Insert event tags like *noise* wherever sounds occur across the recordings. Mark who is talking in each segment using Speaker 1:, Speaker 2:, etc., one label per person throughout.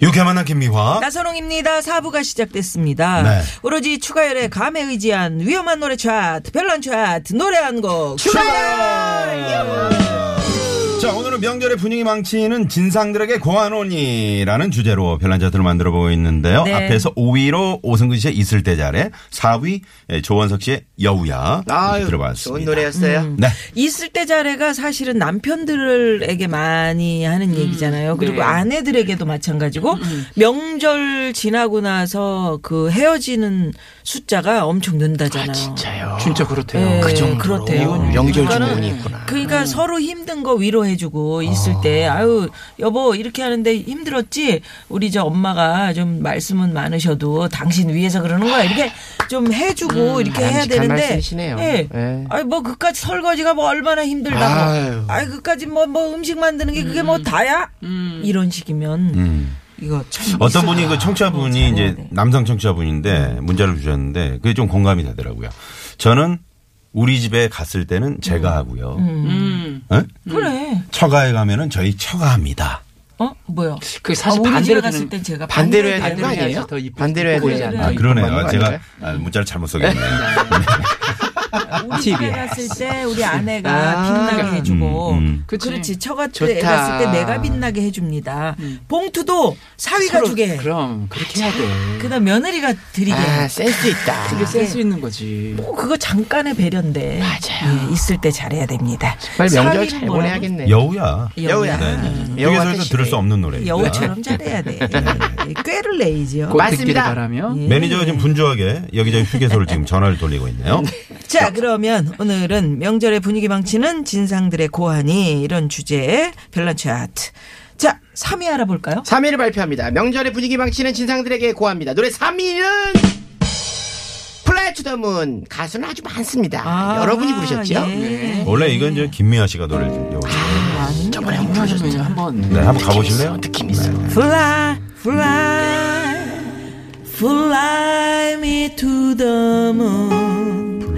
Speaker 1: 유쾌만한 김미화.
Speaker 2: 나선홍입니다. 사부가 시작됐습니다.
Speaker 1: 네.
Speaker 2: 오로지 추가열의 감에 의지한 위험한 노래 차트, 별난 차트, 노래 한 곡.
Speaker 1: 자, 오늘은 명절의 분위기 망치는 진상들에게 고아노니라는 주제로 별난자들을 만들어 보고 있는데요.
Speaker 2: 네.
Speaker 1: 앞에서 5위로 오승근 씨의 있을 때 잘해, 4위 예, 조원석 씨의 여우야 이렇게 들어봤습니다.
Speaker 3: 좋은 노래였어요.
Speaker 4: 음.
Speaker 1: 네.
Speaker 2: 있을 때 자래가 사실은 남편들에게 많이
Speaker 3: 음.
Speaker 2: 하는 얘기잖아요. 그리고
Speaker 3: 네.
Speaker 2: 아내들에게도 마찬가지고 명절 지나고 나서 그 헤어지는 숫자가 엄청 는다잖아요.
Speaker 3: 진짜 그렇대요.
Speaker 2: 예,
Speaker 3: 그 정도로.
Speaker 2: 그렇대요.
Speaker 3: 이건 명절
Speaker 2: 그러니까는
Speaker 3: 주문이 있구나.
Speaker 2: 그러니까 서로 힘든 거 위로해주고 있을 때 아유 여보 이렇게 하는데 힘들었지 우리 저 엄마가 좀 말씀은 많으셔도 당신 위해서 그러는 거야 이렇게 좀 해주고 이렇게 해야
Speaker 3: 바람직한
Speaker 2: 되는데
Speaker 3: 음, 말씀이시네요.
Speaker 2: 예.
Speaker 3: 예.
Speaker 2: 아니 뭐 그까지 설거지가 뭐 얼마나 힘들다
Speaker 3: 아유.
Speaker 2: 뭐. 아이 그까지 뭐 뭐 음식 만드는 게 그게 뭐 다야 이런 식이면 이거 참 있을
Speaker 1: 어떤 분이 그 청취자분이
Speaker 2: 잘해야
Speaker 1: 이제
Speaker 2: 돼.
Speaker 1: 남성
Speaker 4: 네.
Speaker 1: 청취자분인데 문자를 주셨는데 그게 좀 공감이 되더라고요. 저는 우리 집에 갔을 때는 제가 하고요.
Speaker 3: 음.
Speaker 1: 어?
Speaker 2: 그래
Speaker 1: 처가에 가면은 저희 처가합니다.
Speaker 2: 어 뭐야
Speaker 4: 그 사실
Speaker 2: 아, 우리 집에
Speaker 4: 반대로
Speaker 2: 갔을
Speaker 4: 되는-
Speaker 2: 땐 제가
Speaker 3: 반대로 해야
Speaker 2: 반대로
Speaker 3: 되는 거
Speaker 2: 해야
Speaker 3: 아니에요?
Speaker 4: 돼요? 더 이쁘-
Speaker 3: 반대로 해야
Speaker 4: 이쁘고
Speaker 3: 되지
Speaker 4: 그래요?
Speaker 3: 않나?
Speaker 1: 아, 그러네요.
Speaker 3: 이쁜 거
Speaker 1: 아, 제가
Speaker 3: 아닌가요?
Speaker 1: 아, 문자를 잘못 써겠네요.
Speaker 2: 우리 집에
Speaker 4: TV.
Speaker 2: 갔을 때 우리 아내가
Speaker 3: 아,
Speaker 2: 빛나게 해주고
Speaker 1: 음.
Speaker 4: 그치.
Speaker 2: 그렇지 처가 때
Speaker 3: 좋다.
Speaker 2: 애 갔을 때 내가 빛나게 해줍니다 봉투도 사위가
Speaker 4: 서로-
Speaker 2: 주게
Speaker 4: 그럼 그렇게 해야 돼. 네.
Speaker 2: 그다음 며느리가 드리게
Speaker 3: 아, 센스 있다.
Speaker 4: 그게 센스 있는 거지.
Speaker 2: 뭐 그거 잠깐의 배려인데
Speaker 4: 맞아요.
Speaker 2: 예, 있을 때 잘해야 됩니다
Speaker 3: 빨리 명절
Speaker 2: 사위는
Speaker 3: 잘
Speaker 2: 뭐라고?
Speaker 3: 보내야겠네.
Speaker 1: 여우야.
Speaker 2: 여우야 네.
Speaker 1: 네, 네.
Speaker 3: 여우
Speaker 1: 여기서도
Speaker 3: 아저씨.
Speaker 1: 들을 수 없는 노래.
Speaker 2: 여우처럼 잘해야 돼
Speaker 3: 네.
Speaker 2: 예, 꾀를 내이지요
Speaker 4: 꼭
Speaker 3: 맞습니다.
Speaker 4: 그 듣기를 바라며.
Speaker 2: 예.
Speaker 1: 매니저가 지금 분주하게 여기저기 휴게소를 지금 전화를 돌리고 *laughs* 있네요.
Speaker 2: 자 그러면 오늘은 명절의 분위기 망치는 진상들의 고하니 이런 주제의 별난 차트 자 3위 알아볼까요?
Speaker 3: 3위를 발표합니다. 명절의 분위기 망치는 진상들에게 고합니다. 노래 3위는 플라이 투 더문 가수는 아주 많습니다.
Speaker 2: 아,
Speaker 3: 여러분이 부르셨죠? 네.
Speaker 2: 예.
Speaker 1: 원래 이건 이제 김미아 씨가 노래를 좀 여우야.
Speaker 3: 저번에 한번
Speaker 4: 그러면
Speaker 3: 부르셨어요.
Speaker 4: 한번
Speaker 1: 네, 한번 가보실래요?
Speaker 3: 느낌 있어.
Speaker 2: Fly, fly, fly me to the moon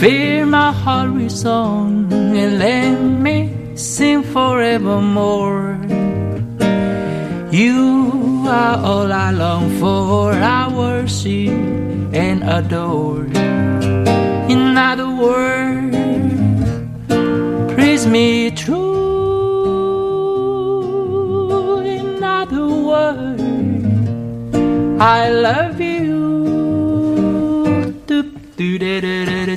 Speaker 4: Fill my heart with song and let me sing forevermore. You are all I long for, I worship and adore. In other words, praise me true. In other words, I love you. Doop, doo-da-da-da-da,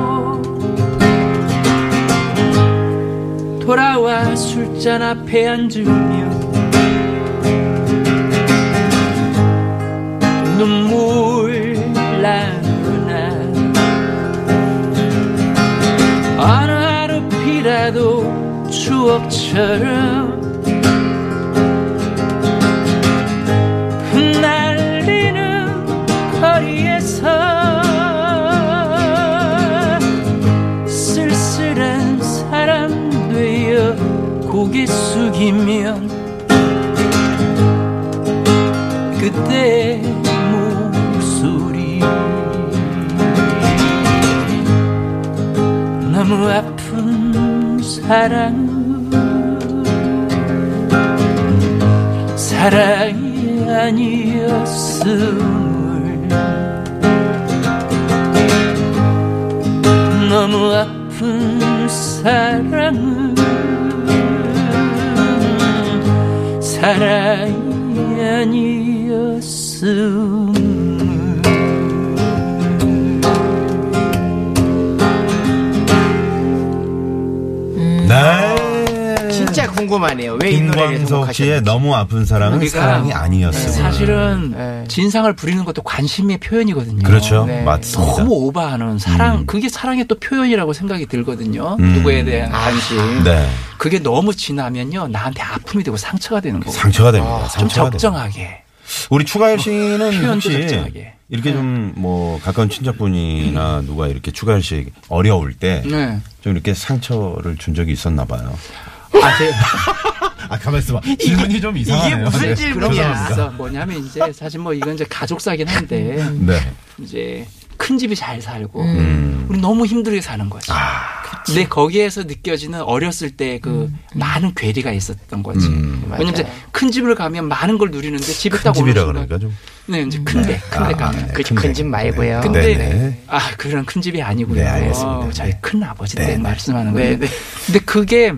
Speaker 4: 돌아와 술잔 앞에 앉으며 눈물 나구나 어느 하루 비라도 추억처럼 흩날리는 거리에서 쓸쓸한 사람 되어 고개 숙이면 그때 목소리 너무 아픈 사랑 사랑이 아니었음을 너무 아픈 사랑은 사랑이 아니었음
Speaker 1: 네.
Speaker 3: 진짜 궁금하네요. 왜 이 노래를
Speaker 1: 김광석 씨의
Speaker 3: 선곡하셨는지.
Speaker 1: 너무 아픈 사랑은
Speaker 4: 우리가
Speaker 1: 사랑이 아니었어요.
Speaker 4: 사실은
Speaker 3: 네.
Speaker 4: 진상을 부리는 것도 관심의 표현이거든요.
Speaker 1: 그렇죠.
Speaker 3: 네.
Speaker 1: 맞습니다. 음.
Speaker 4: 너무 오버하는 사랑 그게 사랑의 또 표현이라고 생각이 들거든요. 누구에 대한 관심
Speaker 1: 네.
Speaker 4: 그게 너무 지나면요 나한테 아픔이 되고 상처가 되는 거고
Speaker 1: 상처가 됩니다.
Speaker 4: 아, 좀
Speaker 1: 상처가 됩니다.
Speaker 4: 적정하게
Speaker 1: 우리 추가열 씨는
Speaker 4: 표현도
Speaker 1: 혹시
Speaker 4: 적절하게. 네.
Speaker 1: 이렇게 좀 뭐 가까운 친척분이나 누가 이렇게 추가열 씨 어려울 때 좀
Speaker 4: 네.
Speaker 1: 이렇게 상처를 준 적이 있었나 봐요.
Speaker 4: 아,
Speaker 1: *laughs*
Speaker 4: 제,
Speaker 1: 아 가만 있어봐. 질문이 좀 네.
Speaker 3: 이게 무슨
Speaker 4: 그런 게
Speaker 3: 질문이야?
Speaker 4: 있어. 뭐냐면 이제 사실 뭐 이건 이제 가족사긴 한데
Speaker 1: 네.
Speaker 4: 이제 큰 집이 잘 살고
Speaker 1: 음.
Speaker 4: 우리 너무 힘들게 사는 거지.
Speaker 1: 아,
Speaker 4: 근데 거기에서 느껴지는 어렸을 때 그 많은 괴리가 있었던 거지.
Speaker 1: 음.
Speaker 4: 왜냐면 이제
Speaker 3: 음. 맞아요.
Speaker 4: 큰 집을 가면 많은 걸 누리는데 집에
Speaker 1: 큰
Speaker 4: 딱 오는
Speaker 1: 집이라
Speaker 4: 순간
Speaker 1: 그러니까 좀.
Speaker 4: 네, 이제 큰데 큰데
Speaker 1: 아,
Speaker 4: 가면
Speaker 1: 네,
Speaker 4: 그
Speaker 1: 큰데.
Speaker 3: 큰집 말고요.
Speaker 1: 네,
Speaker 4: 근데
Speaker 1: 네.
Speaker 4: 아 그런 큰 집이 아니고요.
Speaker 1: 네, 알겠습니다.
Speaker 4: 어, 저희
Speaker 1: 네.
Speaker 4: 큰 아버지
Speaker 1: 네,
Speaker 4: 때
Speaker 1: 네.
Speaker 4: 말씀하는
Speaker 3: 네,
Speaker 4: 거예요.
Speaker 3: 네.
Speaker 4: 근데 그게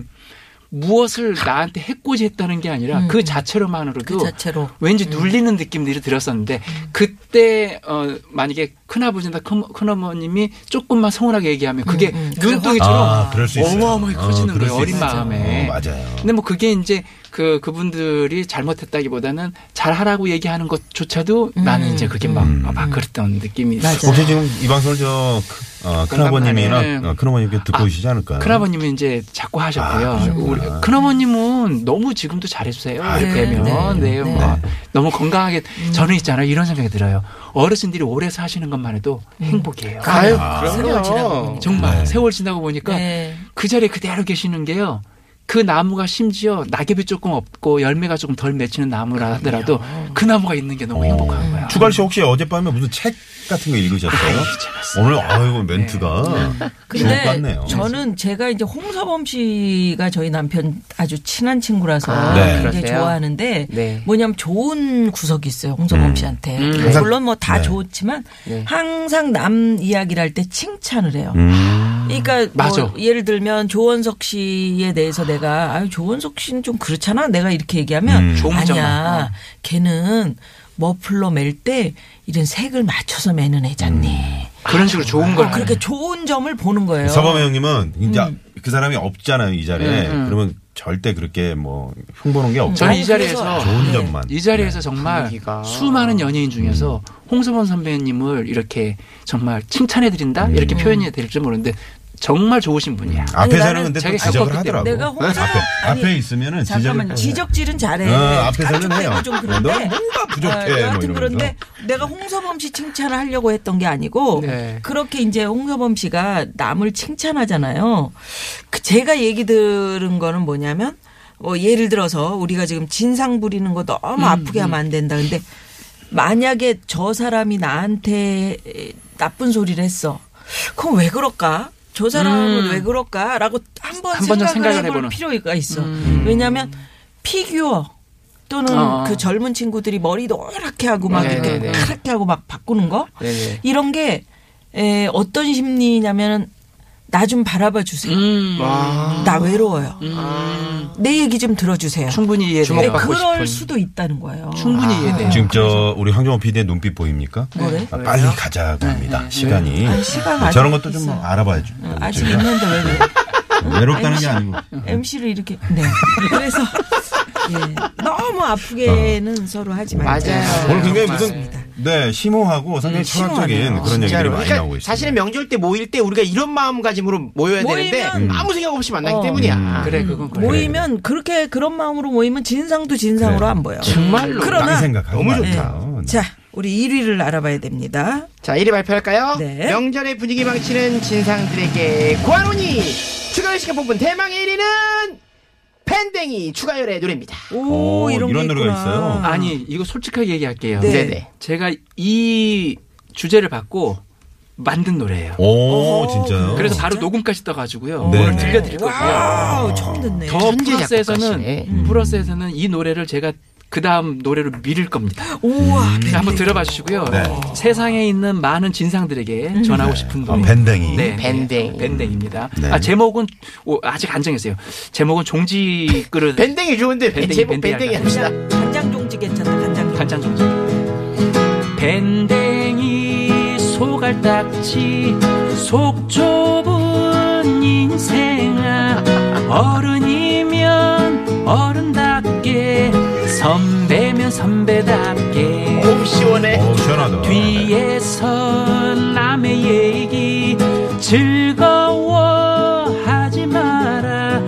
Speaker 4: 무엇을 나한테 해코지했다는 게 아니라 그 자체로만으로도 음.
Speaker 2: 그 자체로.
Speaker 4: 왠지 눌리는 느낌들이 들었었는데 그때 어 만약에 큰아버지나 큰, 큰어머님이 조금만 서운하게 얘기하면 음, 그게 눈덩이처럼
Speaker 1: 아, 그럴 수 있어요.
Speaker 4: 어마어마하게 커지는
Speaker 1: 어, 그럴
Speaker 4: 거예요.
Speaker 1: 수
Speaker 4: 어린
Speaker 1: 있어요.
Speaker 4: 마음에.
Speaker 1: 어, 맞아요.
Speaker 4: 근데 뭐 그게 이제 그 그분들이 잘못했다기보다는 잘하라고 얘기하는 것조차도 나는 이제 그게 막,
Speaker 1: 음.
Speaker 4: 아, 막 그랬던 느낌이 있어요.
Speaker 1: 혹시 지금 이 방송을 저 큰- 어,
Speaker 4: 네.
Speaker 1: 큰아버님이나 어, 큰어머님께 듣고
Speaker 4: 아,
Speaker 1: 계시지 않을까요?
Speaker 4: 큰아버님은 이제 자꾸 하셨고요.
Speaker 1: 아, 그러셨구나.
Speaker 4: 우리 큰어머님은 너무 지금도 잘해주세요.
Speaker 1: 아,
Speaker 4: 이렇게
Speaker 1: 네, 음.
Speaker 4: 하면.
Speaker 2: 네, 네.
Speaker 4: 네, 뭐 너무 건강하게. 저는 있잖아요. 이런 생각이 들어요. 어르신들이 오래 사시는 것만 해도 행복해요.
Speaker 3: 아유,
Speaker 2: 세월 지나고
Speaker 3: 그럼요.
Speaker 2: 보니까.
Speaker 4: 정말
Speaker 1: 네.
Speaker 4: 세월 지나고 보니까
Speaker 2: 네.
Speaker 4: 그 자리에 그대로 계시는 게요. 그 나무가 심지어 낙엽이 조금 없고 열매가 조금 덜 맺히는 나무라 하더라도 그 나무가 있는
Speaker 2: 어.
Speaker 4: 게
Speaker 1: 어.
Speaker 4: 너무 행복한 거야.
Speaker 1: 추가열 씨 혹시 어젯밤에 무슨 책 같은 거 읽으셨어요? 오늘 아이고
Speaker 4: 네.
Speaker 1: 멘트가 주옥
Speaker 2: 근데
Speaker 1: 같네요.
Speaker 2: 저는 제가 이제 홍서범 씨가 저희 남편 아주 친한 친구라서
Speaker 3: 아,
Speaker 1: 네.
Speaker 2: 굉장히
Speaker 3: 그러세요?
Speaker 2: 좋아하는데
Speaker 3: 네. 음.
Speaker 2: 뭐냐면 좋은 구석이 있어요 홍서범 씨한테
Speaker 1: 음. 항상-
Speaker 2: 물론 뭐 다
Speaker 1: 네.
Speaker 2: 좋지만
Speaker 3: 네.
Speaker 2: 항상 남 이야기를 할 때 칭찬을 해요.
Speaker 1: 음.
Speaker 2: 그러니까
Speaker 4: 맞아.
Speaker 2: 뭐 예를 들면 조원석 씨에 대해서 내가 아유 조원석 씨는 좀 그렇잖아 내가 이렇게 얘기하면
Speaker 1: 음.
Speaker 4: 좋은
Speaker 3: 어.
Speaker 4: 점만.
Speaker 2: 아니야 걔는 머플러 멜 때 이런 색을 맞춰서 매는 애잖니. 어,
Speaker 4: 그런 식으로 좋은 걸.
Speaker 2: 그렇게 좋은 점을 보는 거예요.
Speaker 1: 음. 서범 형님은 이제
Speaker 2: 음.
Speaker 1: 그 사람이 없잖아요 이 자리에 그러면 절대 그렇게 뭐 흉보는 게 없죠.
Speaker 4: 저는 이
Speaker 2: 아니, 그래서-
Speaker 4: 자리에서
Speaker 1: 네.
Speaker 4: 네.
Speaker 1: 좋은
Speaker 2: 네.
Speaker 1: 점만.
Speaker 4: 이 자리에서 정말
Speaker 3: 네, 분위기가. 음.
Speaker 4: 수많은 연예인 중에서 홍서범 선배님을 이렇게 정말 칭찬해 드린다
Speaker 3: 네.
Speaker 4: 이렇게 표현이 될지 모르는데 정말 좋으신 분이야.
Speaker 1: 네. 앞에서는
Speaker 2: 아니,
Speaker 1: 근데 또
Speaker 4: 제가
Speaker 1: 지적을
Speaker 4: 겪었기
Speaker 1: 하더라고. 네,
Speaker 2: 때문에. 내가 혼자-
Speaker 1: 앞에,
Speaker 2: 아니,
Speaker 1: 앞에 있으면은
Speaker 2: 잠깐만
Speaker 1: 지적을.
Speaker 2: 지적질은 잘해.
Speaker 1: 어, 앞에서는
Speaker 2: 깐족대고
Speaker 1: 해요.
Speaker 2: 좀 그런데
Speaker 1: 너는 뭔가 부족해,
Speaker 2: 어, 여하튼
Speaker 1: 뭐 이러면서.
Speaker 2: 그런데 내가 홍서범 씨 칭찬을 하려고 했던 게 아니고
Speaker 4: 네.
Speaker 2: 그렇게 이제 홍서범 씨가 남을 칭찬하잖아요. 그 제가 얘기 들은 거는 뭐냐면 뭐 예를 들어서 우리가 지금 진상 부리는 거
Speaker 4: 음,
Speaker 2: 너무 아프게 하면 안 된다. 근데 만약에 저 사람이 나한테 나쁜 소리를 했어. 그럼 왜 그럴까? 저 사람은 왜 그럴까라고 한번
Speaker 4: 한번
Speaker 2: 생각을,
Speaker 4: 좀 생각을
Speaker 2: 해볼
Speaker 4: 해보는.
Speaker 2: 필요가 있어. 왜냐하면 피규어 또는
Speaker 4: 어.
Speaker 2: 그 젊은 친구들이 머리 노랗게 하고 막
Speaker 3: 네,
Speaker 2: 이렇게
Speaker 3: 네, 네.
Speaker 2: 카랗게 하고 막 바꾸는 거
Speaker 3: 네, 네.
Speaker 2: 이런 게 에, 어떤 심리냐면은 나 좀 바라봐 주세요.
Speaker 4: 음,
Speaker 2: 나 외로워요. 아. 내 얘기 좀 들어주세요.
Speaker 4: 충분히 이해돼요.
Speaker 3: 주목받고
Speaker 2: 그럴
Speaker 3: 싶은. 아.
Speaker 2: 수도 있다는 거예요.
Speaker 4: 충분히 이해돼요.
Speaker 1: 지금 저 우리 황정호 PD의 눈빛 보입니까?
Speaker 2: 뭐래? 네,
Speaker 1: 아, 빨리 가자고 합니다. 시간이. 뭐
Speaker 2: 아니, 시간 아직
Speaker 1: 저런 것도 좀
Speaker 2: 있어요.
Speaker 1: 알아봐야죠.
Speaker 2: 아직 있는데 왜 그래?
Speaker 1: 외롭다는 게 아니고.
Speaker 2: MC를 이렇게 네. 그래서 예. 너무 아프게는 서로 하지 말자.
Speaker 3: 맞아요.
Speaker 1: 오늘 굉장히
Speaker 3: 정말.
Speaker 1: 무슨 네 심오하고 상당히 철학적인
Speaker 2: 심오하네요.
Speaker 1: 그런 얘기들이
Speaker 3: 진짜로.
Speaker 1: 많이 나오고
Speaker 3: 그러니까
Speaker 1: 있습니다.
Speaker 3: 사실은 명절 때 모일 때 우리가 이런 마음가짐으로 모여야
Speaker 2: 모이면-
Speaker 3: 되는데 아무 생각 없이 만나기
Speaker 2: 어.
Speaker 3: 때문이야.
Speaker 4: 그래 그건 그래.
Speaker 2: 모이면 그렇게 그런 마음으로 모이면 진상도 진상으로
Speaker 1: 그래.
Speaker 2: 안 보여.
Speaker 3: 정말로.
Speaker 2: 그러나
Speaker 1: 딴 생각하지
Speaker 3: 너무
Speaker 1: 말고.
Speaker 3: 좋다.
Speaker 1: 네.
Speaker 2: 자, 우리 1위를 알아봐야 됩니다.
Speaker 3: 자, 1위 발표할까요?
Speaker 2: 네.
Speaker 3: 명절의 분위기 망치는 진상들에게 고아노니 추가열 씨가 뽑은 대망의 1위는 팬댕이 추가열의 노래입니다.
Speaker 2: 오,
Speaker 1: 오,
Speaker 2: 이런,
Speaker 1: 이런
Speaker 2: 게
Speaker 1: 노래가
Speaker 2: 있구나.
Speaker 1: 있어요?
Speaker 4: 아니 이거 솔직하게 얘기할게요.
Speaker 2: 네.
Speaker 3: 네네.
Speaker 4: 제가 이 주제를 받고 만든 노래예요.
Speaker 1: 오
Speaker 2: 어,
Speaker 1: 진짜요?
Speaker 4: 그래서
Speaker 2: 진짜?
Speaker 4: 바로 녹음까지 떠가지고요.
Speaker 1: 네,
Speaker 4: 오늘
Speaker 1: 네.
Speaker 4: 들려드릴 거고요.
Speaker 2: 와우, 처음 듣네.
Speaker 4: 더
Speaker 3: 어. 천재 작곡가시네. 음.
Speaker 4: 플러스에서는 플러스에서는 이 노래를 제가 그 다음 노래로 밀을 겁니다.
Speaker 2: 우와,
Speaker 4: 네, 한번 들어봐 주시고요.
Speaker 1: 네.
Speaker 4: 세상에 있는 많은 진상들에게 전하고 싶은
Speaker 1: 아,
Speaker 4: 노래.
Speaker 1: 밴댕이.
Speaker 4: 네,
Speaker 3: 밴댕.
Speaker 4: 밴댕입니다.
Speaker 1: 네.
Speaker 4: 아, 제목은 오, 아직 안 정했어요. 제목은 종지 그릇
Speaker 3: 밴댕이 좋은데
Speaker 4: 밴댕이,
Speaker 3: 제목
Speaker 4: 밴댕이
Speaker 3: 밴댕이
Speaker 4: 할까요?
Speaker 3: 합시다.
Speaker 2: 간장 종지 괜찮다. 간장 종지.
Speaker 4: 간장 종지. 밴댕이 소갈딱지 속 좁은 인생아 어른이면 어른답게 선배면 선배답게
Speaker 3: 오 시원해.
Speaker 1: 오 어, 시원하다.
Speaker 4: 뒤에서 남의 얘기 즐거워 하지 마라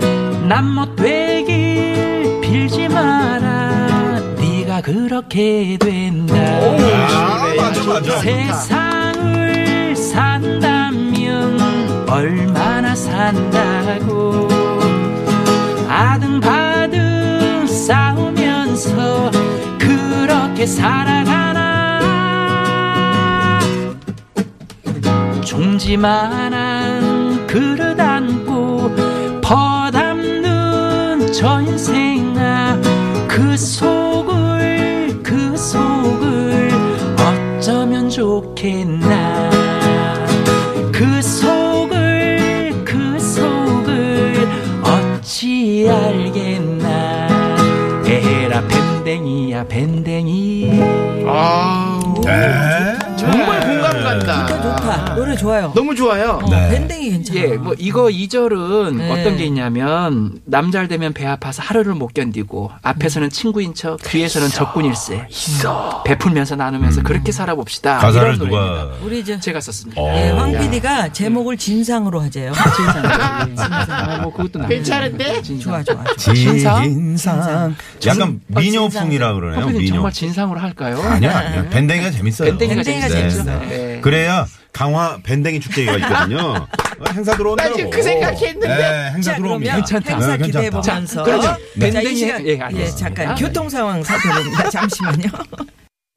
Speaker 4: 남 못 되길 빌지 마라 네가 그렇게 된다
Speaker 1: 아, 맞아 맞아.
Speaker 4: 세상을 산다면 얼마나 산다고 아등바등 싸우면서 그렇게 살아가나 종지만한 그릇 안고 벗담는 저 인생아 그 속을 그 속을 어쩌면 좋겠나 그 속을 그 속을 어찌 알겠나 에라 밴댕이야 밴댕이
Speaker 3: 아우.
Speaker 1: 네.
Speaker 3: 정말 공감 간다.
Speaker 2: 좋다, 좋다. 노래 좋아요.
Speaker 3: 너무 좋아요.
Speaker 2: 어,
Speaker 1: 네.
Speaker 2: 밴댕이 괜찮아.
Speaker 4: 예, 뭐 이거 2절은
Speaker 2: 네.
Speaker 4: 어떤 게 있냐면 남잘 되면 배 아파서 하루를 못 견디고 앞에서는 친구인 척 뒤에서는 적군일세 베풀면서 나누면서 그렇게 살아봅시다.
Speaker 1: 음. 가사를
Speaker 4: 이런 노래입니다.
Speaker 1: 누가
Speaker 2: 우리 이제
Speaker 4: 제가 썼습니다.
Speaker 1: 어.
Speaker 2: 예, 황 PD가 제목을 진상으로 하재요.
Speaker 4: 아, 뭐 그것도 나쁘지
Speaker 3: 괜찮은데?
Speaker 4: 않아요.
Speaker 2: 좋아,
Speaker 4: 진상.
Speaker 2: 좋아. 좋아.
Speaker 4: 진상?
Speaker 1: 진상. 약간 미녀풍이라 그러네요.
Speaker 4: 황피디님
Speaker 1: 미녀.
Speaker 4: 어, 정말 진상으로 할까요?
Speaker 1: 아니야 아니야. 밴댕이가 재밌어요.
Speaker 4: 밴댕이가
Speaker 2: 밴댕이가
Speaker 4: 재밌죠.
Speaker 2: 재밌어요.
Speaker 4: 네.
Speaker 1: 그래야 강화 밴댕이 축제가
Speaker 3: *laughs*
Speaker 1: 있거든요. 어, 행사 들어온다고.
Speaker 3: 나 지금 그 생각했는데.
Speaker 1: 네, 행사
Speaker 2: 자,
Speaker 1: 들어옵니다.
Speaker 2: 그러면 아, 행사
Speaker 1: 네,
Speaker 2: 기대해
Speaker 1: 괜찮다.
Speaker 2: 보면서. 어?
Speaker 4: 그러죠. 밴댕이-
Speaker 2: 시간
Speaker 4: 예,
Speaker 2: 예,
Speaker 4: 알겠습니다.
Speaker 2: 잠깐
Speaker 4: 아,
Speaker 2: 교통 상황 살펴봅니다. 잠시만요.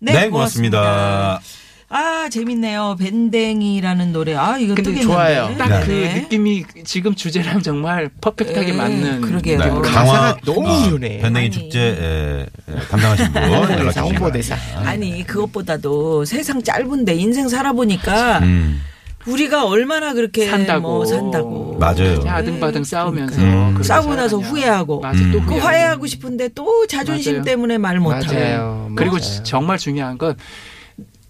Speaker 1: 네, 고맙습니다.
Speaker 2: 아 재밌네요. 밴댕이라는 노래. 아 이거
Speaker 4: 근데
Speaker 2: 뜨겠는데.
Speaker 3: 좋아요.
Speaker 4: 딱 그
Speaker 2: 네.
Speaker 4: 느낌이 지금 주제랑 정말 퍼펙트하게
Speaker 2: 예,
Speaker 4: 맞는
Speaker 2: 그러게요.
Speaker 4: 느낌으로
Speaker 3: 네.
Speaker 1: 강화
Speaker 3: 가사가 너무
Speaker 1: 아,
Speaker 3: 유네.
Speaker 1: 밴댕이
Speaker 2: 아니.
Speaker 1: 축제 에, 에, 담당하신 분 연락
Speaker 3: 홍보대사,
Speaker 1: 주시기 바랍니다.
Speaker 3: 홍보대사.
Speaker 2: 아니 그것보다도 세상 짧은데 인생 살아보니까
Speaker 1: 음,
Speaker 2: 우리가 얼마나 그렇게
Speaker 4: 산다고.
Speaker 2: 뭐 산다고.
Speaker 1: 맞아요. 음.
Speaker 4: 그냥 아등바등 싸우면서 그렇게
Speaker 2: 네. 싸우고 나서
Speaker 4: 살아가냐.
Speaker 2: 후회하고.
Speaker 4: 맞아, 또
Speaker 2: 그
Speaker 4: 후회하고.
Speaker 2: 화해하고 싶은데 또 자존심
Speaker 4: 맞아요.
Speaker 2: 때문에 말 못하고.
Speaker 3: 맞아요.
Speaker 4: 네. 그리고
Speaker 3: 맞아요.
Speaker 4: 정말 중요한 건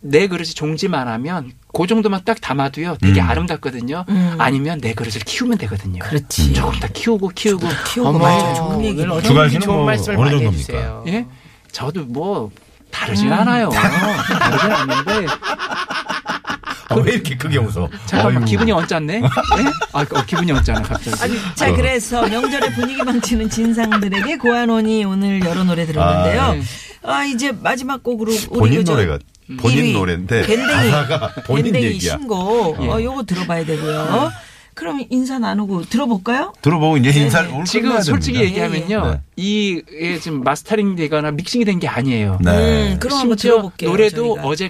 Speaker 4: 내 그릇이 종지만 하면 그 정도만 딱 담아도요 되게
Speaker 1: 음.
Speaker 4: 아름답거든요. 아니면 내 그릇을 키우면 되거든요.
Speaker 1: 음.
Speaker 2: 그렇지. 그렇죠.
Speaker 4: 조금 더 키우고 키우고
Speaker 2: 키우고
Speaker 3: 어머,
Speaker 2: 맞아. 좋은
Speaker 3: 오늘
Speaker 2: 얘기네.
Speaker 3: 어떤
Speaker 1: 주갈 씨는
Speaker 3: 좋은
Speaker 1: 뭐
Speaker 3: 말씀을
Speaker 1: 어느
Speaker 3: 많이
Speaker 1: 정도입니까?
Speaker 3: 해주세요.
Speaker 4: 예 저도 뭐 다르진
Speaker 2: 음.
Speaker 4: 않아요. 다르진 않는데
Speaker 1: 아, 왜 이렇게 크게 웃어?
Speaker 4: 잠깐만
Speaker 1: 어이구.
Speaker 4: 기분이 언짢네. 예? 아 어, 기분이 언짢아 갑자기.
Speaker 2: 자,
Speaker 1: 어.
Speaker 2: 그래서 명절의 분위기 망치는 진상들에게 고한원이 오늘 여러 노래 들었는데요. 아,
Speaker 1: 아,
Speaker 4: 네.
Speaker 2: 이제 마지막 곡으로 우리
Speaker 1: 본인
Speaker 2: 그저 음.
Speaker 1: 노래가 본인
Speaker 2: 일위
Speaker 1: 노래인데
Speaker 2: 밴댕이,
Speaker 1: 가사가 본인
Speaker 2: 밴댕이
Speaker 1: 얘기야.
Speaker 2: 신곡 어, 요거 들어봐야
Speaker 4: 네.
Speaker 2: 되고요. 그럼 인사 나누고 들어볼까요?
Speaker 1: 들어보고
Speaker 2: 네.
Speaker 1: 이제 인사를 오늘
Speaker 4: 지금
Speaker 1: 끝나야
Speaker 4: 솔직히
Speaker 1: 됩니다.
Speaker 4: 얘기하면요
Speaker 1: 네.
Speaker 4: 이게 지금 마스터링 되거나 믹싱이 된 게 아니에요.
Speaker 1: 네.
Speaker 2: 음, 그럼 한번
Speaker 4: 심지어
Speaker 2: 들어볼게요.
Speaker 4: 노래도
Speaker 2: 저희가.
Speaker 4: 어제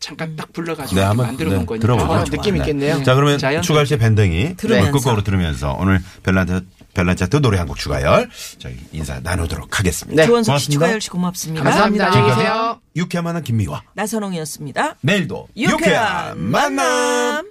Speaker 4: 잠깐 딱 불러가지고
Speaker 1: 네, 한번
Speaker 4: 만들어 놓은
Speaker 1: 네,
Speaker 4: 거니까.
Speaker 1: 들어보죠.
Speaker 3: 아, 느낌 있겠네요.
Speaker 1: 자, 그러면
Speaker 4: 자연.
Speaker 1: 추가할 씨 밴댕이 네,
Speaker 2: 들으면서.
Speaker 1: 끝곡으로 들으면서 오늘 별난 별난 차트 노래 한 곡 추가열 저희 인사 나누도록 하겠습니다.
Speaker 3: 네.
Speaker 2: 조원석 씨,
Speaker 1: 고맙습니다.
Speaker 2: 추가열 씨 고맙습니다. 네.
Speaker 3: 감사합니다. 안녕히 계세요.
Speaker 1: 유쾌한 만한 김미화.
Speaker 2: 나선홍이었습니다.
Speaker 1: 내일도
Speaker 2: 유쾌한 만남.